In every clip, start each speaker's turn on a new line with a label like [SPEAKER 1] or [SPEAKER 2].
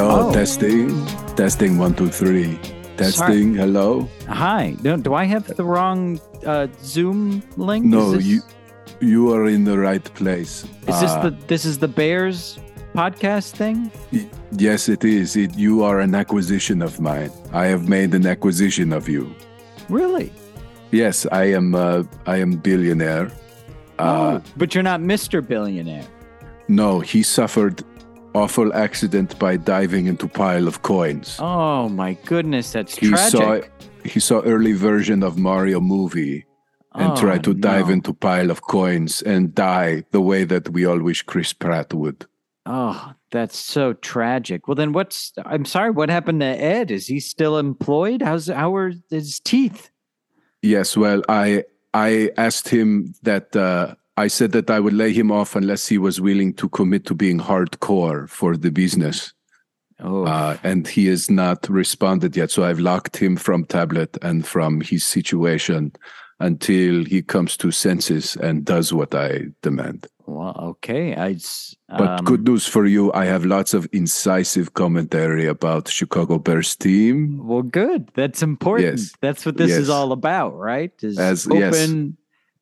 [SPEAKER 1] Oh.
[SPEAKER 2] Testing, testing one, two, three. Testing, hello.
[SPEAKER 1] Hi. No, do I have the wrong uh, Zoom link?
[SPEAKER 2] No,
[SPEAKER 1] is this,
[SPEAKER 2] you you are in the right place.
[SPEAKER 1] Is this the
[SPEAKER 2] Uh,
[SPEAKER 1] this is the Bears podcast thing?
[SPEAKER 2] y- yes, it is. It, you are an acquisition of mine. I have made an acquisition of you.
[SPEAKER 1] Really?
[SPEAKER 2] Yes, I am. Uh, I am billionaire. Uh,
[SPEAKER 1] oh, but you're not Mr. Billionaire.
[SPEAKER 2] No, he suffered awful accident by diving into pile of coins.
[SPEAKER 1] Oh my goodness, that's
[SPEAKER 2] he
[SPEAKER 1] tragic.
[SPEAKER 2] saw he saw early version of Mario movie and
[SPEAKER 1] Oh,
[SPEAKER 2] tried to dive
[SPEAKER 1] no.
[SPEAKER 2] into pile of coins and die the way that we all wish Chris Pratt would.
[SPEAKER 1] Oh, that's so tragic. Well, then what's? I'm sorry. What happened to Ed? Is he still employed? How's how are his teeth?
[SPEAKER 2] Yes, well, I I asked him that uh, I said that I would lay him off unless he was willing to commit to being hardcore for the business,
[SPEAKER 1] Oh,
[SPEAKER 2] uh, and he has not responded yet. So I've locked him from tablet and from his situation until he comes to senses and does what I demand.
[SPEAKER 1] well, okay. I. s-
[SPEAKER 2] But
[SPEAKER 1] um,
[SPEAKER 2] good news for you, I have lots of incisive commentary about Chicago Bears team.
[SPEAKER 1] Well, good. That's important.
[SPEAKER 2] Yes.
[SPEAKER 1] That's what this is
[SPEAKER 2] Yes.
[SPEAKER 1] all about, right? Is
[SPEAKER 2] As-
[SPEAKER 1] open
[SPEAKER 2] yes.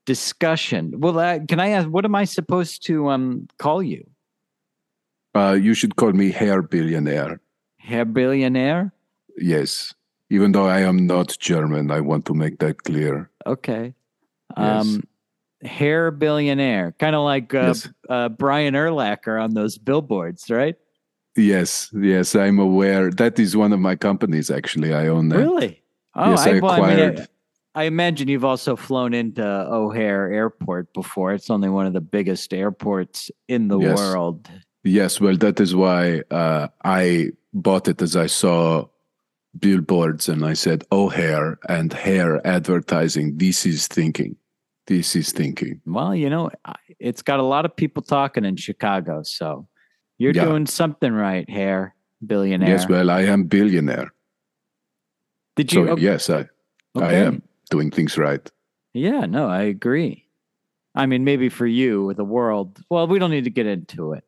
[SPEAKER 1] discussion. Well, uh, can I ask? What am I supposed to um call you?
[SPEAKER 2] Uh, you should call me hair billionaire.
[SPEAKER 1] Hair billionaire?
[SPEAKER 2] Yes. Even though I am not German, I want to make that clear.
[SPEAKER 1] Okay.
[SPEAKER 2] Yes.
[SPEAKER 1] Um, hair billionaire, kind of like uh,
[SPEAKER 2] Yes.
[SPEAKER 1] uh, Brian Erlacher on those billboards, right?
[SPEAKER 2] Yes, yes, I'm aware. That is one of my companies, actually. I own that.
[SPEAKER 1] Really? Oh,
[SPEAKER 2] yes, I,
[SPEAKER 1] well, mean,
[SPEAKER 2] acquired.
[SPEAKER 1] I imagine you've also flown into O'Hare Airport before. It's only one of the biggest airports in the
[SPEAKER 2] Yes.
[SPEAKER 1] world.
[SPEAKER 2] Yes, well, that is why uh, I bought it as I saw billboards and I said, oh, hair and hair advertising. This is thinking. This is thinking.
[SPEAKER 1] Well, you know, I- it's got a lot of people talking in Chicago, so you're
[SPEAKER 2] Yeah.
[SPEAKER 1] doing something right, hair billionaire.
[SPEAKER 2] Yes, well, I am billionaire.
[SPEAKER 1] Did you?
[SPEAKER 2] So
[SPEAKER 1] oh,
[SPEAKER 2] yes, I, I
[SPEAKER 1] okay.
[SPEAKER 2] am doing things right.
[SPEAKER 1] Yeah, no, I agree. I mean, maybe for you, with the world. Well, we don't need to get into it.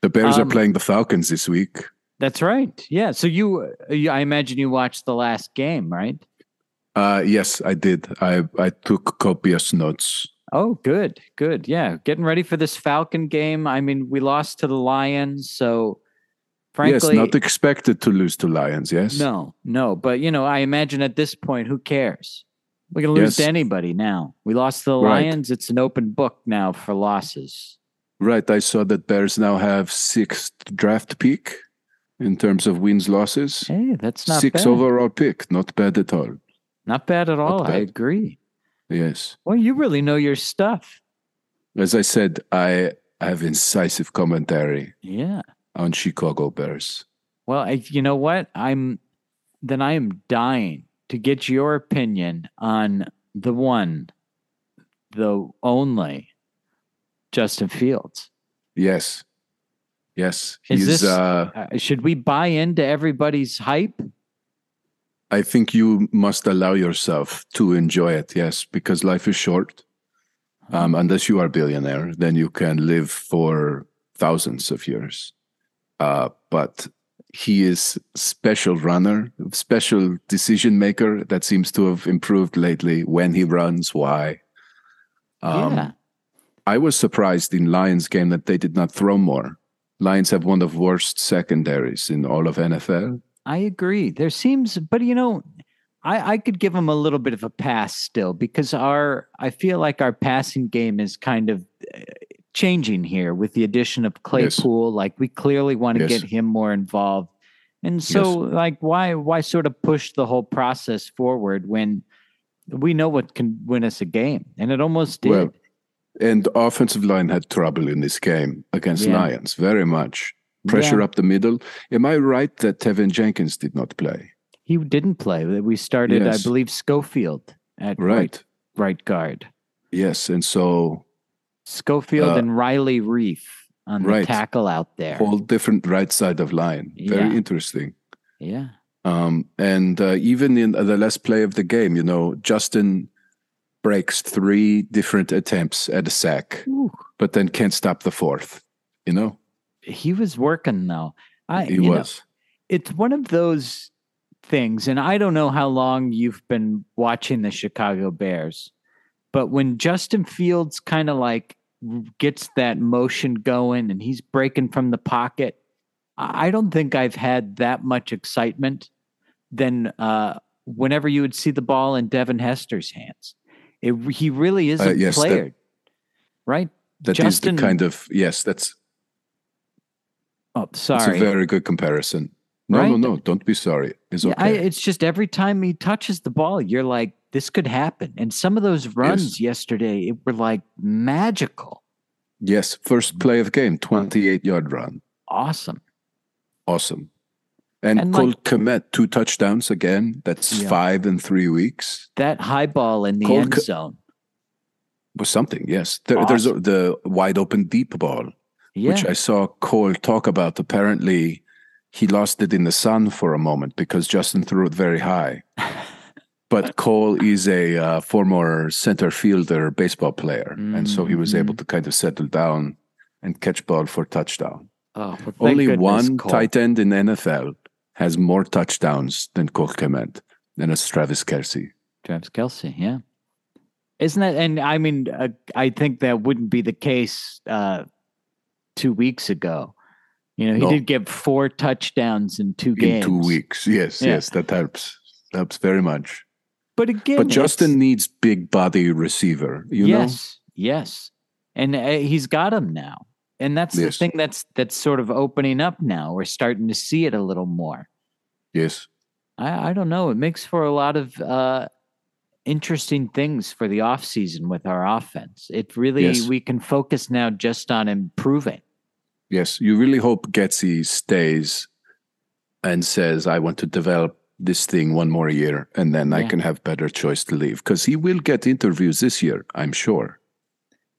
[SPEAKER 2] The Bears
[SPEAKER 1] Um,
[SPEAKER 2] are playing the Falcons this week.
[SPEAKER 1] That's right. Yeah. So you, uh, you, I imagine you watched the last game, right?
[SPEAKER 2] Uh, yes, I did. I I took copious notes.
[SPEAKER 1] Oh, good, good. Yeah, getting ready for this Falcon game. I mean, we lost to the Lions, so frankly,
[SPEAKER 2] yes, not expected to lose to Lions. Yes,
[SPEAKER 1] No, no. But you know, I imagine at this point, who cares? We can lose to
[SPEAKER 2] Yes.
[SPEAKER 1] anybody now. We lost to the
[SPEAKER 2] Right.
[SPEAKER 1] Lions. It's an open book now for losses.
[SPEAKER 2] right. I saw that Bears now have sixth draft pick in terms of wins losses.
[SPEAKER 1] Hey, that's not
[SPEAKER 2] Six
[SPEAKER 1] bad.
[SPEAKER 2] overall pick, not bad at all.
[SPEAKER 1] Not bad at all. I
[SPEAKER 2] bad.
[SPEAKER 1] agree.
[SPEAKER 2] Yes,
[SPEAKER 1] Well, you really know your stuff.
[SPEAKER 2] as I said, I have incisive commentary
[SPEAKER 1] Yeah.
[SPEAKER 2] on Chicago Bears.
[SPEAKER 1] Well, I, you know what? I'm then I am dying to get your opinion on the one, the only Justin Fields.
[SPEAKER 2] Yes, yes,
[SPEAKER 1] Is
[SPEAKER 2] he's
[SPEAKER 1] this-
[SPEAKER 2] uh,
[SPEAKER 1] Uh, should we buy into everybody's hype?
[SPEAKER 2] I think you must allow yourself to enjoy it, yes, because life is short. Um, unless you are a billionaire, then you can live for thousands of years. Uh, but he is special runner, special decision maker that seems to have improved lately. When he runs, why? Um,
[SPEAKER 1] yeah.
[SPEAKER 2] I was surprised in Lions game that they did not throw more. Lions have one of the worst secondaries in all of NFL.
[SPEAKER 1] I agree. There seems, but you know, I, I could give him a little bit of a pass still because our I feel like our passing game is kind of uh, changing here with the addition of Claypool. Like we clearly want to
[SPEAKER 2] Yes.
[SPEAKER 1] get him more involved, and so like why why sort of push the whole process forward when we know what can win us a game, and it almost did.
[SPEAKER 2] Well, And offensive line had trouble in this game against
[SPEAKER 1] Yeah.
[SPEAKER 2] Lions, very much. Pressure
[SPEAKER 1] Yeah,
[SPEAKER 2] up the middle. Am I right that Tevin Jenkins did not play?
[SPEAKER 1] He didn't play. We started,
[SPEAKER 2] Yes.
[SPEAKER 1] I believe, Schofield at
[SPEAKER 2] Right.
[SPEAKER 1] right right guard.
[SPEAKER 2] Yes. And so
[SPEAKER 1] Schofield
[SPEAKER 2] Uh,
[SPEAKER 1] and Riley Reef on the
[SPEAKER 2] right.
[SPEAKER 1] tackle out there.
[SPEAKER 2] whole different right side of line. Very
[SPEAKER 1] Yeah.
[SPEAKER 2] interesting.
[SPEAKER 1] yeah.
[SPEAKER 2] Um, and uh, even in the last play of the game, you know, Justin breaks three different attempts at a sack, but then can't stop the fourth. You know,
[SPEAKER 1] He was working though. I
[SPEAKER 2] he
[SPEAKER 1] you know,
[SPEAKER 2] was.
[SPEAKER 1] it's one of those things, and I don't know how long you've been watching the Chicago Bears, but when Justin Fields kind of like gets that motion going and he's breaking from the pocket, I I don't think I've had that much excitement than uh, whenever you would see the ball in Devin Hester's hands. It, he really is
[SPEAKER 2] Uh,
[SPEAKER 1] a
[SPEAKER 2] yes, that-
[SPEAKER 1] player, right?
[SPEAKER 2] That is
[SPEAKER 1] Justin-
[SPEAKER 2] the kind of yes. That's,
[SPEAKER 1] Oh,
[SPEAKER 2] that's a
[SPEAKER 1] sorry.
[SPEAKER 2] very good comparison. No, no,
[SPEAKER 1] Right?
[SPEAKER 2] no. Don't be sorry. It's
[SPEAKER 1] Yeah, I,
[SPEAKER 2] okay.
[SPEAKER 1] it's just every time he touches the ball, you're like, this could happen. And some of those runs yesterday it were like magical,
[SPEAKER 2] yes, first play of game, twenty-eight yard run,
[SPEAKER 1] awesome.
[SPEAKER 2] awesome. And,
[SPEAKER 1] And,
[SPEAKER 2] Cole
[SPEAKER 1] like-
[SPEAKER 2] Komet, two touchdowns again. That's
[SPEAKER 1] Yeah.
[SPEAKER 2] five in three weeks.
[SPEAKER 1] That high ball in the
[SPEAKER 2] Cole
[SPEAKER 1] end
[SPEAKER 2] Co-
[SPEAKER 1] zone.
[SPEAKER 2] was something. Yes, there, there's a, the wide open deep ball,
[SPEAKER 1] Yeah.
[SPEAKER 2] which I saw Cole talk about. Apparently, he lost it in the sun for a moment because Justin threw it very high. But Cole is a uh, former center fielder, baseball player, and so he was
[SPEAKER 1] Mhm.
[SPEAKER 2] able to kind of settle down and catch ball for touchdown.
[SPEAKER 1] oh, well, thank
[SPEAKER 2] Only
[SPEAKER 1] goodness,
[SPEAKER 2] one
[SPEAKER 1] Cole.
[SPEAKER 2] tight end in NFL has more touchdowns than Cole Clement, and it's Travis Kelsey.
[SPEAKER 1] Travis Kelsey, yeah. Isn't that? And I mean, uh, I think that wouldn't be the case uh, two weeks ago. You know, he
[SPEAKER 2] No.
[SPEAKER 1] did get four touchdowns in two
[SPEAKER 2] In
[SPEAKER 1] games.
[SPEAKER 2] two weeks, yes,
[SPEAKER 1] Yeah.
[SPEAKER 2] yes, that helps. Helps very much.
[SPEAKER 1] But again,
[SPEAKER 2] But
[SPEAKER 1] it's-
[SPEAKER 2] Justin needs big body receiver, you
[SPEAKER 1] yes, yes, and uh, he's got him now, and that's the
[SPEAKER 2] Yes.
[SPEAKER 1] thing that's that's sort of opening up now. We're starting to see it a little more.
[SPEAKER 2] know? Yes.
[SPEAKER 1] I, I don't know. It makes for a lot of uh, interesting things for the off season with our offense. It really
[SPEAKER 2] Yes.
[SPEAKER 1] we can focus now just on improving.
[SPEAKER 2] Yes. You really hope Getze stays and says, I want to develop this thing one more year and then I
[SPEAKER 1] Yeah.
[SPEAKER 2] can have better choice to leave. Because he will get interviews this year, I'm sure.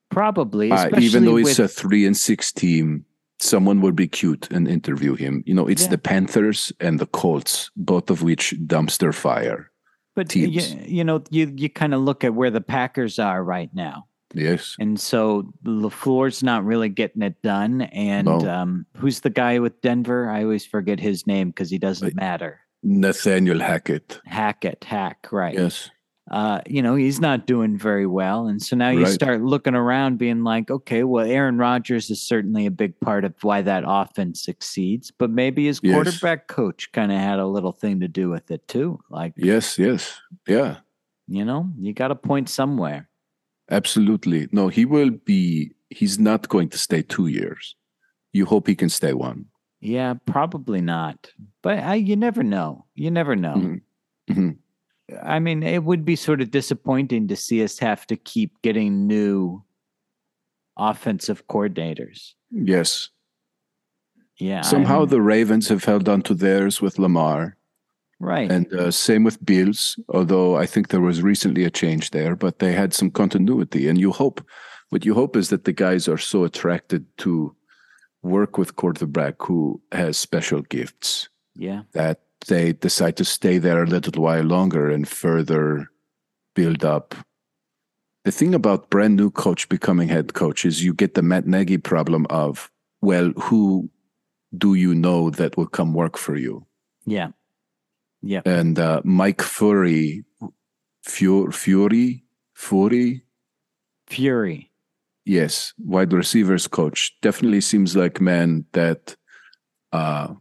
[SPEAKER 1] Probably,
[SPEAKER 2] Uh,
[SPEAKER 1] especially
[SPEAKER 2] even though
[SPEAKER 1] with,
[SPEAKER 2] it's a three and six team, someone will be cute and interview him. You know, it's
[SPEAKER 1] Yeah.
[SPEAKER 2] the Panthers and the Colts, both of which dumpster fire.
[SPEAKER 1] but y-
[SPEAKER 2] teams.
[SPEAKER 1] You, know, you you kind of look at where the Packers are right now.
[SPEAKER 2] Yes.
[SPEAKER 1] And so LaFleur's not really getting it done. And
[SPEAKER 2] No.
[SPEAKER 1] um, who's the guy with Denver? I always forget his name because he doesn't
[SPEAKER 2] Uh,
[SPEAKER 1] matter.
[SPEAKER 2] Nathaniel Hackett.
[SPEAKER 1] Hackett, Hack, right.
[SPEAKER 2] Yes.
[SPEAKER 1] Uh, you know, he's not doing very well. And so now you
[SPEAKER 2] Right.
[SPEAKER 1] start looking around being like, okay, well, Aaron Rodgers is certainly a big part of why that offense succeeds, but maybe his
[SPEAKER 2] Yes.
[SPEAKER 1] quarterback coach kind of had a little thing to do with it too. Like,
[SPEAKER 2] Yes. Yes. Yeah.
[SPEAKER 1] you know, you got to point somewhere.
[SPEAKER 2] Absolutely. No, he will be, he's not going to stay two years. You hope he can stay one.
[SPEAKER 1] Yeah, probably not. But I, you never know. You never know.
[SPEAKER 2] Mhm. Mhm.
[SPEAKER 1] I mean, it would be sort of disappointing to see us have to keep getting new offensive coordinators.
[SPEAKER 2] Yes.
[SPEAKER 1] Yeah. I
[SPEAKER 2] Somehow
[SPEAKER 1] don't-
[SPEAKER 2] the Ravens have held on to theirs with Lamar.
[SPEAKER 1] right.
[SPEAKER 2] And uh, same with Bills, although I think there was recently a change there, but they had some continuity. And you hope, what you hope is that the guys are so attracted to work with quarterback who has special gifts.
[SPEAKER 1] yeah.
[SPEAKER 2] that they decide to stay there a little while longer and further build up. The thing about brand new coach becoming head coach is you get the Matt Nagy problem of, well, who do you know that will come work for you?
[SPEAKER 1] Yeah. Yeah.
[SPEAKER 2] And uh, Mike Fury, Fu- Fury, Fury,
[SPEAKER 1] Fury.
[SPEAKER 2] yes, wide receivers coach definitely seems like man that, uh,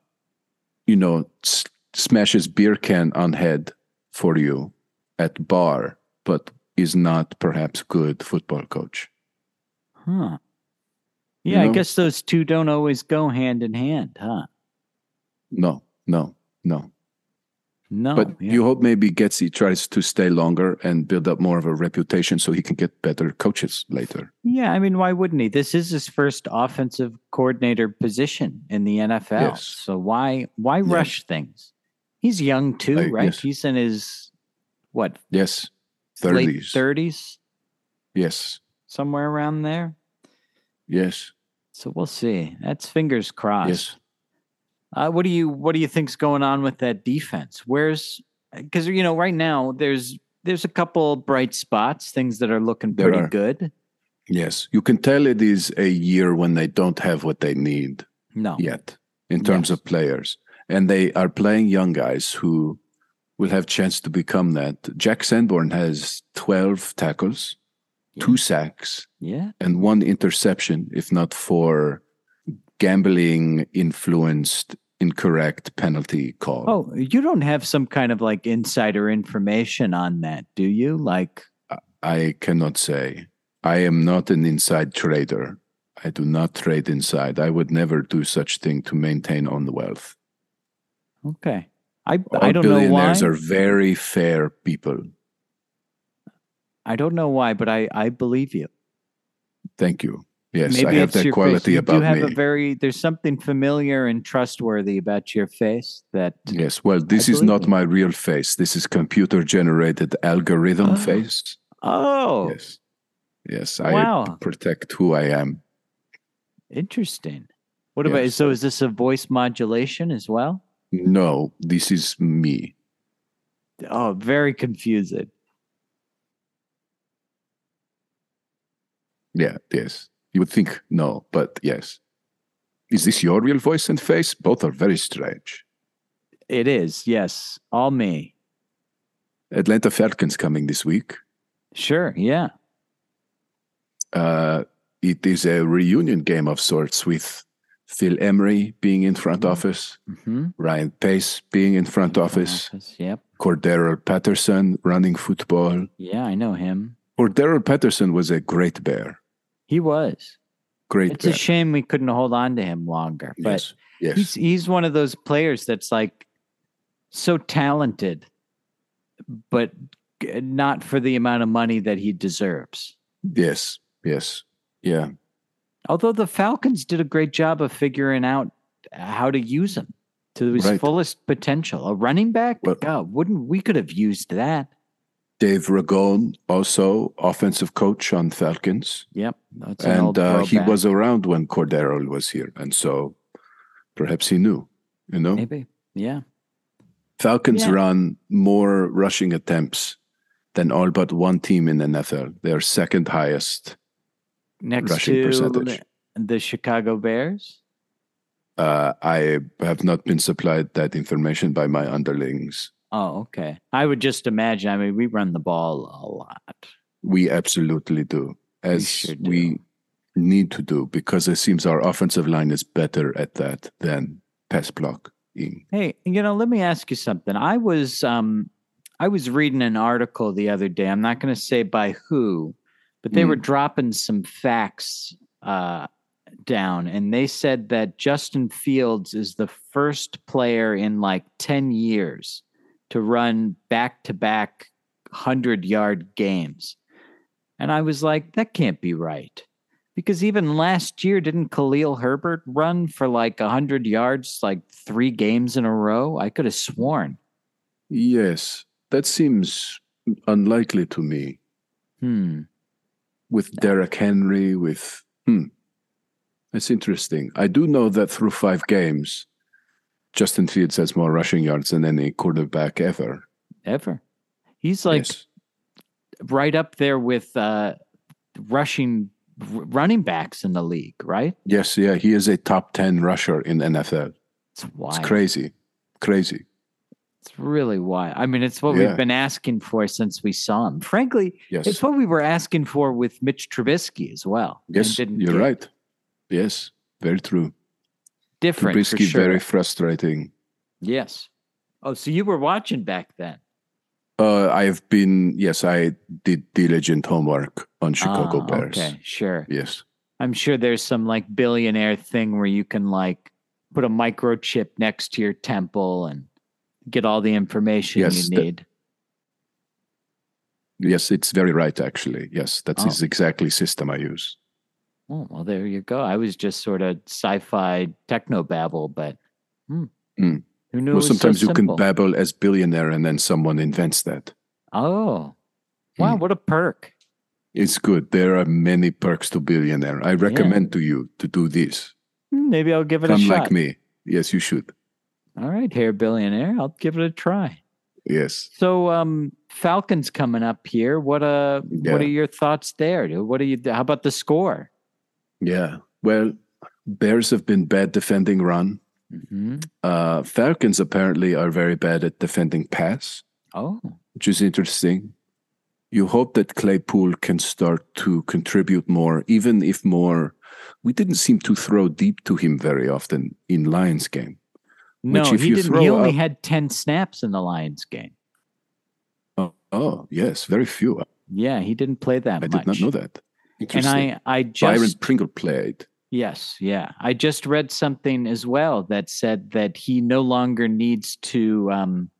[SPEAKER 2] you know, s- smashes beer can on head for you at bar, but is not perhaps good football coach.
[SPEAKER 1] Huh.
[SPEAKER 2] You
[SPEAKER 1] Yeah, I
[SPEAKER 2] know?
[SPEAKER 1] guess those two don't always go hand in hand, huh?
[SPEAKER 2] No, no, no.
[SPEAKER 1] No.
[SPEAKER 2] but
[SPEAKER 1] Oh, yeah.
[SPEAKER 2] you hope maybe Getze tries to stay longer and build up more of a reputation so he can get better coaches later.
[SPEAKER 1] yeah, I mean, why wouldn't he? This is his first offensive coordinator position in the NFL.
[SPEAKER 2] Yes.
[SPEAKER 1] So why why
[SPEAKER 2] Yeah.
[SPEAKER 1] rush things? He's young too,
[SPEAKER 2] I-
[SPEAKER 1] right?
[SPEAKER 2] yes.
[SPEAKER 1] He's in his what
[SPEAKER 2] Yes,
[SPEAKER 1] late
[SPEAKER 2] thirties.
[SPEAKER 1] thirties,
[SPEAKER 2] Yes,
[SPEAKER 1] somewhere around there.
[SPEAKER 2] yes,
[SPEAKER 1] So we'll see. That's fingers crossed.
[SPEAKER 2] yes.
[SPEAKER 1] Uh, what do you What do you think's going on with that defense? Where's because you know right now there's there's a couple bright spots, things that are looking
[SPEAKER 2] There
[SPEAKER 1] pretty
[SPEAKER 2] are.
[SPEAKER 1] good.
[SPEAKER 2] Yes, you can tell it is a year when they don't have what they need
[SPEAKER 1] No,
[SPEAKER 2] yet in terms
[SPEAKER 1] Yes.
[SPEAKER 2] of players. and they are playing young guys who will have chance to become that. Jack Sanborn has 12 tackles, two sacks,
[SPEAKER 1] Yeah.
[SPEAKER 2] and one interception, if not for gambling influenced incorrect penalty call.
[SPEAKER 1] Oh, you don't have some kind of like insider information on that, do you? Like,
[SPEAKER 2] I cannot say. I am not an inside trader. I do not trade inside. I would never do such thing to maintain own wealth.
[SPEAKER 1] okay. I,
[SPEAKER 2] All
[SPEAKER 1] I don't know why.
[SPEAKER 2] billionaires are very fair people.
[SPEAKER 1] I don't know why, but I, I believe you.
[SPEAKER 2] Thank you. Yes, I
[SPEAKER 1] Maybe
[SPEAKER 2] have
[SPEAKER 1] it's
[SPEAKER 2] that
[SPEAKER 1] your face.
[SPEAKER 2] quality
[SPEAKER 1] You
[SPEAKER 2] about
[SPEAKER 1] do have
[SPEAKER 2] me.
[SPEAKER 1] a very there's something familiar and trustworthy about your face that
[SPEAKER 2] yes, well, this is
[SPEAKER 1] believe
[SPEAKER 2] not
[SPEAKER 1] you.
[SPEAKER 2] my real face. This is computer generated algorithm
[SPEAKER 1] Oh.
[SPEAKER 2] face.
[SPEAKER 1] oh
[SPEAKER 2] Yes. Yes, I
[SPEAKER 1] Wow.
[SPEAKER 2] p- protect who I am.
[SPEAKER 1] interesting. What about
[SPEAKER 2] Yes.
[SPEAKER 1] so is this a voice modulation as well?
[SPEAKER 2] No, this is me.
[SPEAKER 1] Oh, very confusing.
[SPEAKER 2] Yeah, yes. You would think no, but yes. Is this your real voice and face? Both are very strange.
[SPEAKER 1] It is, yes. All me.
[SPEAKER 2] Atlanta Falcons coming this week.
[SPEAKER 1] Sure, yeah.
[SPEAKER 2] Uh, it is a reunion game of sorts with Phil Emery being in front office,
[SPEAKER 1] Mm-hmm.
[SPEAKER 2] Ryan Pace being in front office,
[SPEAKER 1] Yep.
[SPEAKER 2] Cordero Patterson running football.
[SPEAKER 1] Yeah, I know him.
[SPEAKER 2] Cordero Patterson was a great bear.
[SPEAKER 1] He was.
[SPEAKER 2] Great
[SPEAKER 1] It's
[SPEAKER 2] bear.
[SPEAKER 1] a shame we couldn't hold on to him longer. But
[SPEAKER 2] yes. Yes.
[SPEAKER 1] he's he's one of those players that's like so talented but g- not for the amount of money that he deserves
[SPEAKER 2] yes. Yes. Yeah.
[SPEAKER 1] although the falcons did a great job of figuring out how to use him to his
[SPEAKER 2] Right.
[SPEAKER 1] fullest potential a running back
[SPEAKER 2] Well-
[SPEAKER 1] god wouldn't we could have used that
[SPEAKER 2] Dave Ragone, also offensive coach on Falcons.
[SPEAKER 1] yep that's an
[SPEAKER 2] and
[SPEAKER 1] old
[SPEAKER 2] uh, he
[SPEAKER 1] throwback.
[SPEAKER 2] was around when Cordero was here, and so perhaps he knew. You know,
[SPEAKER 1] maybe yeah
[SPEAKER 2] Falcons
[SPEAKER 1] Yeah.
[SPEAKER 2] run more rushing attempts than all but one team in NFL. They are second highest.
[SPEAKER 1] next
[SPEAKER 2] Rushing
[SPEAKER 1] to
[SPEAKER 2] percentage.
[SPEAKER 1] the chicago bears
[SPEAKER 2] Uh, I have not been supplied that information by my underlings.
[SPEAKER 1] oh okay i would just imagine i mean we run the ball a lot
[SPEAKER 2] We absolutely do, as
[SPEAKER 1] sure do.
[SPEAKER 2] we need to do, because it seems our offensive line is better at that than pass blocking.
[SPEAKER 1] Hey, you know, let me ask you something. I was um I was reading an article the other day. I'm not going to say by who, but they were dropping some facts uh down and they said that Justin Fields is the first player in like 10 years to run back-to-back 100-yard games. And I was like, that can't be right. Because even last year, didn't Khalil Herbert run for like 100 yards, like three games in a row? I could have sworn.
[SPEAKER 2] Yes, that seems unlikely to me.
[SPEAKER 1] Hmm.
[SPEAKER 2] With Derek Henry, with hmm, that's interesting. I do know that through five games, Justin Fields has more rushing yards than any quarterback ever.
[SPEAKER 1] Ever. He's like
[SPEAKER 2] yes,
[SPEAKER 1] right up there with uh, rushing r- running backs in the league, right?
[SPEAKER 2] yes, yeah, he is a top ten rusher in NFL.
[SPEAKER 1] It's wild.
[SPEAKER 2] It's
[SPEAKER 1] It's,
[SPEAKER 2] crazy, crazy.
[SPEAKER 1] really wild. I mean, it's what
[SPEAKER 2] Yeah.
[SPEAKER 1] we've been asking for since we saw him. Frankly,
[SPEAKER 2] Yes,
[SPEAKER 1] it's what we were asking for with Mitch Trubisky as well. and
[SPEAKER 2] yes,
[SPEAKER 1] didn't
[SPEAKER 2] you're
[SPEAKER 1] get.
[SPEAKER 2] right. Yes, very true.
[SPEAKER 1] Different. for
[SPEAKER 2] Trubisky
[SPEAKER 1] sure.
[SPEAKER 2] very frustrating.
[SPEAKER 1] Yes. Oh, so you were watching back then.
[SPEAKER 2] Uh, I have been yes, I did diligent homework on Chicago
[SPEAKER 1] Ah,
[SPEAKER 2] Bears.
[SPEAKER 1] Okay, sure.
[SPEAKER 2] Yes.
[SPEAKER 1] I'm sure there's some like billionaire thing where you can like put a microchip next to your temple and get all the information
[SPEAKER 2] Yes,
[SPEAKER 1] you
[SPEAKER 2] that-
[SPEAKER 1] need.
[SPEAKER 2] Yes, it's very right, actually. Yes, that's
[SPEAKER 1] Oh.
[SPEAKER 2] is exactly system I use.
[SPEAKER 1] oh, well, there you go. I was just sort of sci-fi techno babble, but hmm.
[SPEAKER 2] Hmm.
[SPEAKER 1] who knew? it
[SPEAKER 2] well,
[SPEAKER 1] was so
[SPEAKER 2] sometimes you
[SPEAKER 1] simple?
[SPEAKER 2] can babble as billionaire, and then someone invents that.
[SPEAKER 1] Oh, wow!
[SPEAKER 2] Hmm.
[SPEAKER 1] What a perk!
[SPEAKER 2] It's good. There are many perks to billionaire. I recommend to you to do this.
[SPEAKER 1] Hmm, Maybe I'll give it a
[SPEAKER 2] Come
[SPEAKER 1] shot.
[SPEAKER 2] like me. Yes, you should.
[SPEAKER 1] All right, hair billionaire. I'll give it a try.
[SPEAKER 2] Yes.
[SPEAKER 1] So, um, Falcons coming up here. What uh,
[SPEAKER 2] Yeah.
[SPEAKER 1] what are your thoughts there? dude? What are you? How about the score?
[SPEAKER 2] Yeah. Well, Bears have been bad defending run.
[SPEAKER 1] hmm
[SPEAKER 2] Uh, Falcons apparently are very bad at defending pass,
[SPEAKER 1] Oh,
[SPEAKER 2] which is interesting. You hope that Claypool can start to contribute more, even if more. We didn't seem to throw deep to him very often in Lions game.
[SPEAKER 1] no,
[SPEAKER 2] if
[SPEAKER 1] he
[SPEAKER 2] you
[SPEAKER 1] didn't. He
[SPEAKER 2] throw
[SPEAKER 1] only
[SPEAKER 2] up-
[SPEAKER 1] had ten snaps in the Lions game.
[SPEAKER 2] Oh, oh yes, very few.
[SPEAKER 1] Yeah, he didn't play that
[SPEAKER 2] I
[SPEAKER 1] much.
[SPEAKER 2] did not know that.
[SPEAKER 1] And
[SPEAKER 2] Interesting.
[SPEAKER 1] I, I just
[SPEAKER 2] Byron Pringle played.
[SPEAKER 1] Yes, yeah. I just read something as well that said that he no longer needs to um,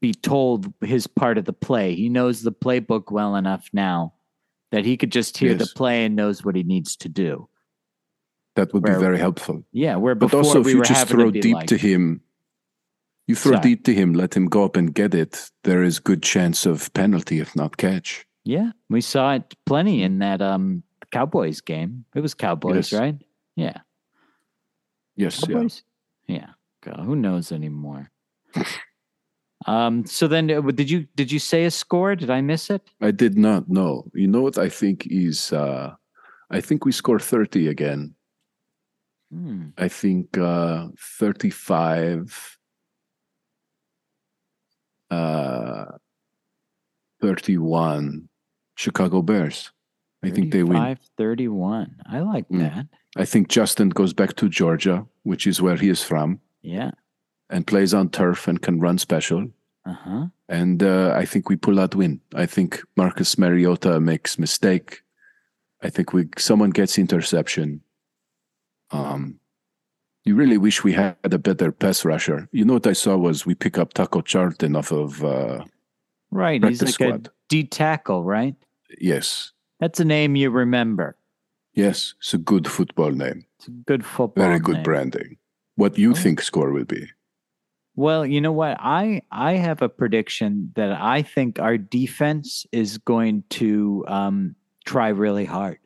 [SPEAKER 1] be told his part of the play. He knows the playbook well enough now that he could just hear the
[SPEAKER 2] Yes.
[SPEAKER 1] play and knows what he needs to do.
[SPEAKER 2] That would
[SPEAKER 1] Where-
[SPEAKER 2] be very helpful.
[SPEAKER 1] Yeah, where
[SPEAKER 2] But
[SPEAKER 1] before
[SPEAKER 2] also, if
[SPEAKER 1] we
[SPEAKER 2] you
[SPEAKER 1] were
[SPEAKER 2] just
[SPEAKER 1] having
[SPEAKER 2] throw
[SPEAKER 1] to be
[SPEAKER 2] deep
[SPEAKER 1] like,
[SPEAKER 2] to him, you throw
[SPEAKER 1] Sorry.
[SPEAKER 2] deep to him, let him go up and get it. There is good chance of penalty, if not catch.
[SPEAKER 1] yeah, we saw it plenty in that um, Cowboys game. It was Cowboys,
[SPEAKER 2] Yes.
[SPEAKER 1] right? Yeah,
[SPEAKER 2] Yes, yeah.
[SPEAKER 1] Cowboys. Yeah, God, who knows anymore? um. So then, uh, did you did you say a score? Did I miss it?
[SPEAKER 2] I did not know. You know what I think is? Uh, I think we score thirty again.
[SPEAKER 1] Hmm.
[SPEAKER 2] I think uh, thirty-five. Uh, 31 Chicago Bears. I think they win.
[SPEAKER 1] 31. I like
[SPEAKER 2] Mm.
[SPEAKER 1] that.
[SPEAKER 2] I think Justin goes back to Georgia, which is where he is from,
[SPEAKER 1] Yeah.
[SPEAKER 2] and plays on turf and can run special.
[SPEAKER 1] Uh huh.
[SPEAKER 2] And uh, I think we pull out win. I think Marcus Mariota makes mistake. I think we someone gets interception. Um, you really wish we had a better pass rusher. You know what I saw was we pick up Taco Charlton off of uh,
[SPEAKER 1] Right.
[SPEAKER 2] practice
[SPEAKER 1] He's like
[SPEAKER 2] squad.
[SPEAKER 1] a D tackle, right?
[SPEAKER 2] Yes,
[SPEAKER 1] That's a name you remember.
[SPEAKER 2] yes, it's a good football name.
[SPEAKER 1] It's a good football.
[SPEAKER 2] Very good
[SPEAKER 1] name.
[SPEAKER 2] branding. What you
[SPEAKER 1] Oh.
[SPEAKER 2] think score will be?
[SPEAKER 1] Well, you know what? I I have a prediction that I think our defense is going to um, try really hard,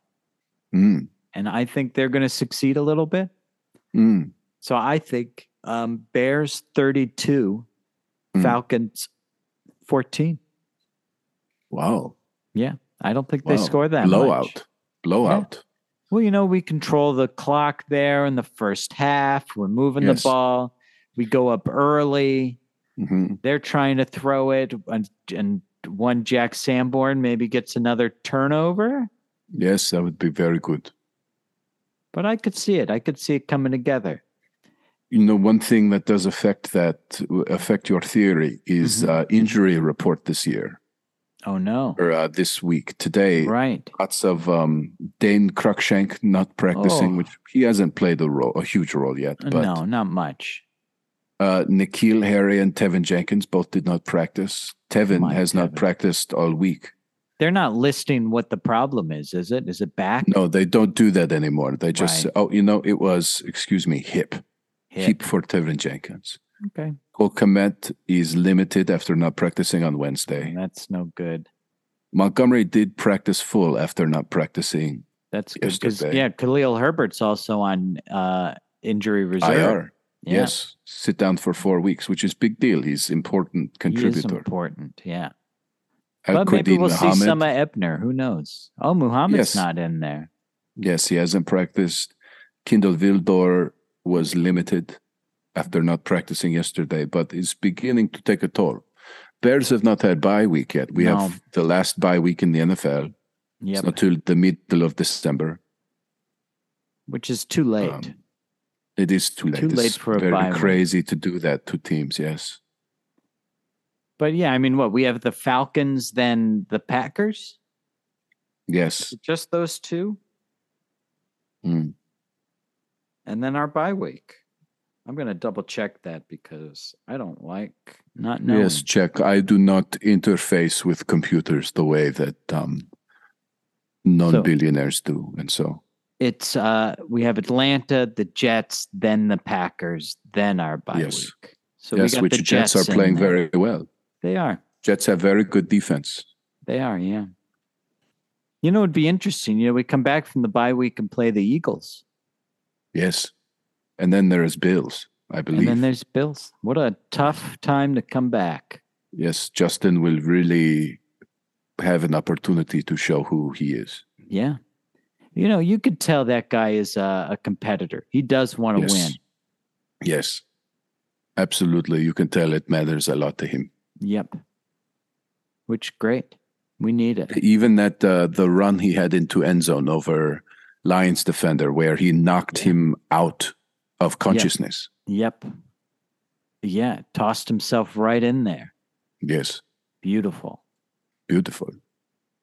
[SPEAKER 2] Mm,
[SPEAKER 1] and I think they're going to succeed a little bit.
[SPEAKER 2] mm,
[SPEAKER 1] So I think um, Bears thirty-two,
[SPEAKER 2] Mm.
[SPEAKER 1] Falcons fourteen.
[SPEAKER 2] wow.
[SPEAKER 1] I don't think they
[SPEAKER 2] Wow.
[SPEAKER 1] score that
[SPEAKER 2] blowout,
[SPEAKER 1] much.
[SPEAKER 2] blowout.
[SPEAKER 1] Well, you know, we control the clock there in the first half. We're moving
[SPEAKER 2] Yes.
[SPEAKER 1] the ball. We go up early.
[SPEAKER 2] hmm
[SPEAKER 1] They're trying to throw it, and, and one Jack Sanborn maybe gets another turnover.
[SPEAKER 2] Yes, that would be very good.
[SPEAKER 1] But I could see it. I could see it coming together.
[SPEAKER 2] You know, one thing that does affect that affect your theory is
[SPEAKER 1] Mhm.
[SPEAKER 2] uh, injury report this year
[SPEAKER 1] Oh no!
[SPEAKER 2] or uh, this week today.
[SPEAKER 1] Right?
[SPEAKER 2] Lots of um, Dane Cruikshank not practicing,
[SPEAKER 1] Oh. Uh,
[SPEAKER 2] which he hasn't played a role, a huge role yet. But
[SPEAKER 1] no, not much.
[SPEAKER 2] uh, Nikhil Harry and Tevin Jenkins both did not practice. Tevin
[SPEAKER 1] My
[SPEAKER 2] has not
[SPEAKER 1] Tevin.
[SPEAKER 2] practiced all week.
[SPEAKER 1] They're not listing what the problem is. Is it? Is it back?
[SPEAKER 2] No, they don't do that anymore. They just
[SPEAKER 1] Right.
[SPEAKER 2] oh, you know, it was excuse me, hip.
[SPEAKER 1] Hip.
[SPEAKER 2] Keep for Tevin Jenkins.
[SPEAKER 1] Okay.
[SPEAKER 2] Cole Komet is limited after not practicing on Wednesday.
[SPEAKER 1] That's no good.
[SPEAKER 2] Montgomery did practice full after not practicing
[SPEAKER 1] That's good because
[SPEAKER 2] Yesterday.
[SPEAKER 1] yeah, Khalil Herbert's also on uh, injury reserve.
[SPEAKER 2] IR.
[SPEAKER 1] Yeah.
[SPEAKER 2] Yes, sit down for four weeks, which is big deal. He's important
[SPEAKER 1] He is
[SPEAKER 2] contributor.
[SPEAKER 1] important, yeah.
[SPEAKER 2] Al
[SPEAKER 1] but maybe
[SPEAKER 2] Qadim
[SPEAKER 1] we'll see
[SPEAKER 2] Muhammad,
[SPEAKER 1] some uh, of Ebner. Who knows? Oh, Muhammad's
[SPEAKER 2] Yes.
[SPEAKER 1] not in there.
[SPEAKER 2] Yes, he hasn't practiced. Kindle Vildor was limited after not practicing yesterday, but it's beginning to take a toll. Bears have not had bye week yet. We
[SPEAKER 1] No.
[SPEAKER 2] have the last bye week in the NFL.
[SPEAKER 1] Yep,
[SPEAKER 2] It's not till the middle of December.
[SPEAKER 1] which is too late.
[SPEAKER 2] Um, It is too late.
[SPEAKER 1] Too late
[SPEAKER 2] It's
[SPEAKER 1] for a
[SPEAKER 2] very
[SPEAKER 1] bye week.
[SPEAKER 2] crazy to do that to teams. Yes,
[SPEAKER 1] but yeah, I mean, what we have the Falcons, then the Packers.
[SPEAKER 2] yes.
[SPEAKER 1] Just those two,
[SPEAKER 2] Mm.
[SPEAKER 1] and then our bye week. I'm gonna double check that because I don't like not knowing.
[SPEAKER 2] Yes, check. I do not interface with computers the way that um, non-billionaires do, and so
[SPEAKER 1] It's uh, we have Atlanta, the Jets, then the Packers, then our bye
[SPEAKER 2] Yes.
[SPEAKER 1] week. So we
[SPEAKER 2] yes,
[SPEAKER 1] got
[SPEAKER 2] which
[SPEAKER 1] the
[SPEAKER 2] Jets, are
[SPEAKER 1] in
[SPEAKER 2] playing
[SPEAKER 1] there.
[SPEAKER 2] very well.
[SPEAKER 1] They are.
[SPEAKER 2] Jets have very good defense.
[SPEAKER 1] They are, yeah. You know, it'd be interesting. You know, we come back from the bye week and play the Eagles,
[SPEAKER 2] Yes, and then there is Bills. I
[SPEAKER 1] and then
[SPEAKER 2] believe.
[SPEAKER 1] there's Bills. What a tough time to come back.
[SPEAKER 2] Yes, Justin will really have an opportunity to show who he is.
[SPEAKER 1] Yeah, you know, you could tell that guy is a, a competitor. He does want to
[SPEAKER 2] Yes.
[SPEAKER 1] win.
[SPEAKER 2] Yes, absolutely. You can tell it matters a lot to him.
[SPEAKER 1] Yep. Which great. We need it.
[SPEAKER 2] Even that uh, the run he had into end zone over Lions defender, where he knocked him out of consciousness.
[SPEAKER 1] Yep. Yeah, tossed himself right in there.
[SPEAKER 2] Yes,
[SPEAKER 1] Beautiful.
[SPEAKER 2] beautiful.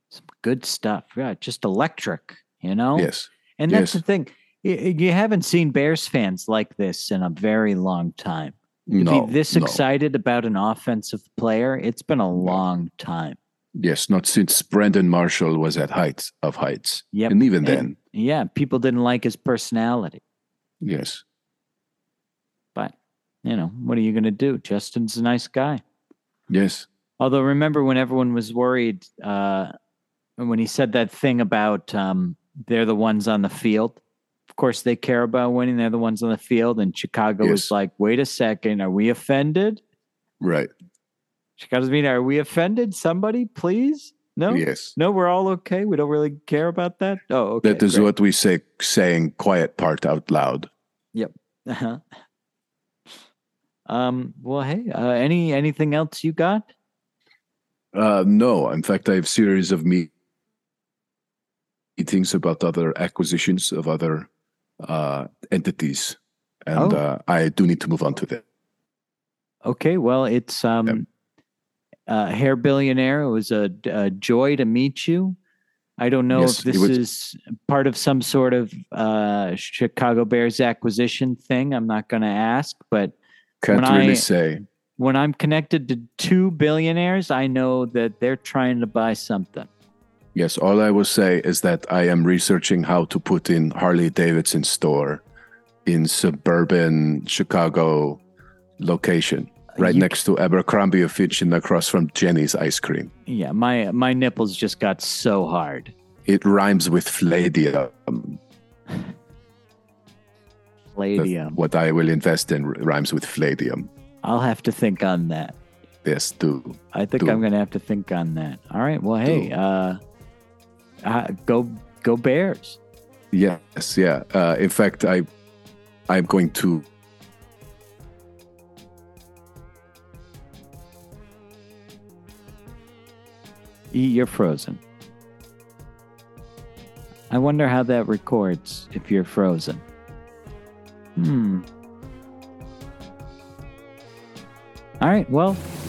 [SPEAKER 1] Some good stuff. Yeah, just electric, you know?
[SPEAKER 2] Yes,
[SPEAKER 1] And that's
[SPEAKER 2] yes.
[SPEAKER 1] the thing. Y- y- You haven't seen Bears fans like this in a very long time. To
[SPEAKER 2] no,
[SPEAKER 1] be this
[SPEAKER 2] no.
[SPEAKER 1] excited about an offensive player, it's been a long time.
[SPEAKER 2] Yes, not since Brandon Marshall was at heights of heights,
[SPEAKER 1] Yep.
[SPEAKER 2] and even
[SPEAKER 1] And-
[SPEAKER 2] then,
[SPEAKER 1] Yeah, people didn't like his personality,
[SPEAKER 2] yes,
[SPEAKER 1] but you know, what are you going to do? Justin's a nice guy.
[SPEAKER 2] yes,
[SPEAKER 1] Although, remember when everyone was worried uh, when he said that thing about um, they're the ones on the field? Of course, they care about winning. They're the ones on the field. And Chicago was
[SPEAKER 2] Yes.
[SPEAKER 1] like, wait a second, are we offended?
[SPEAKER 2] right,
[SPEAKER 1] Chicago's mean, are we offended? Somebody, please? No?
[SPEAKER 2] yes.
[SPEAKER 1] No, we're all okay. We don't really care about that. Oh, okay.
[SPEAKER 2] That is
[SPEAKER 1] great.
[SPEAKER 2] what we say, saying quiet part out loud.
[SPEAKER 1] Uh-huh. um. Well, hey, uh, any anything else you got?
[SPEAKER 2] Uh, no, in fact, I have series of me- meetings about other acquisitions of other uh, entities, and
[SPEAKER 1] Oh.
[SPEAKER 2] uh, I do need to move on to that.
[SPEAKER 1] Okay. Well, it's um, uh, hair billionaire. It was a, a joy to meet you. I don't know
[SPEAKER 2] Yes,
[SPEAKER 1] if
[SPEAKER 2] it
[SPEAKER 1] this
[SPEAKER 2] was-
[SPEAKER 1] is part of some sort of uh, Chicago Bears acquisition thing. I'm not going to ask, but
[SPEAKER 2] Can't
[SPEAKER 1] When
[SPEAKER 2] really
[SPEAKER 1] I-
[SPEAKER 2] say.
[SPEAKER 1] when I'm connected to two billionaires, I know that they're trying to buy something.
[SPEAKER 2] Yes, all I will say is that I am researching how to put in Harley Davidson store in suburban Chicago location, right
[SPEAKER 1] You-
[SPEAKER 2] next to Abercrombie and Fitch and across from Jenny's ice cream.
[SPEAKER 1] Yeah, my my nipples just got so hard.
[SPEAKER 2] It rhymes with Fladium. That's
[SPEAKER 1] Palladium.
[SPEAKER 2] What I will invest in rhymes with Fladium.
[SPEAKER 1] I'll have to think on that.
[SPEAKER 2] Yes, too.
[SPEAKER 1] I think
[SPEAKER 2] Do.
[SPEAKER 1] I'm gonna have to think on that. All right. Well, hey, uh, uh, go go Bears.
[SPEAKER 2] Yes, yeah. Uh, in fact, I, I'm going to
[SPEAKER 1] Eat, you're frozen. I wonder how that records if you're frozen. Hmm. All right. Well, oh.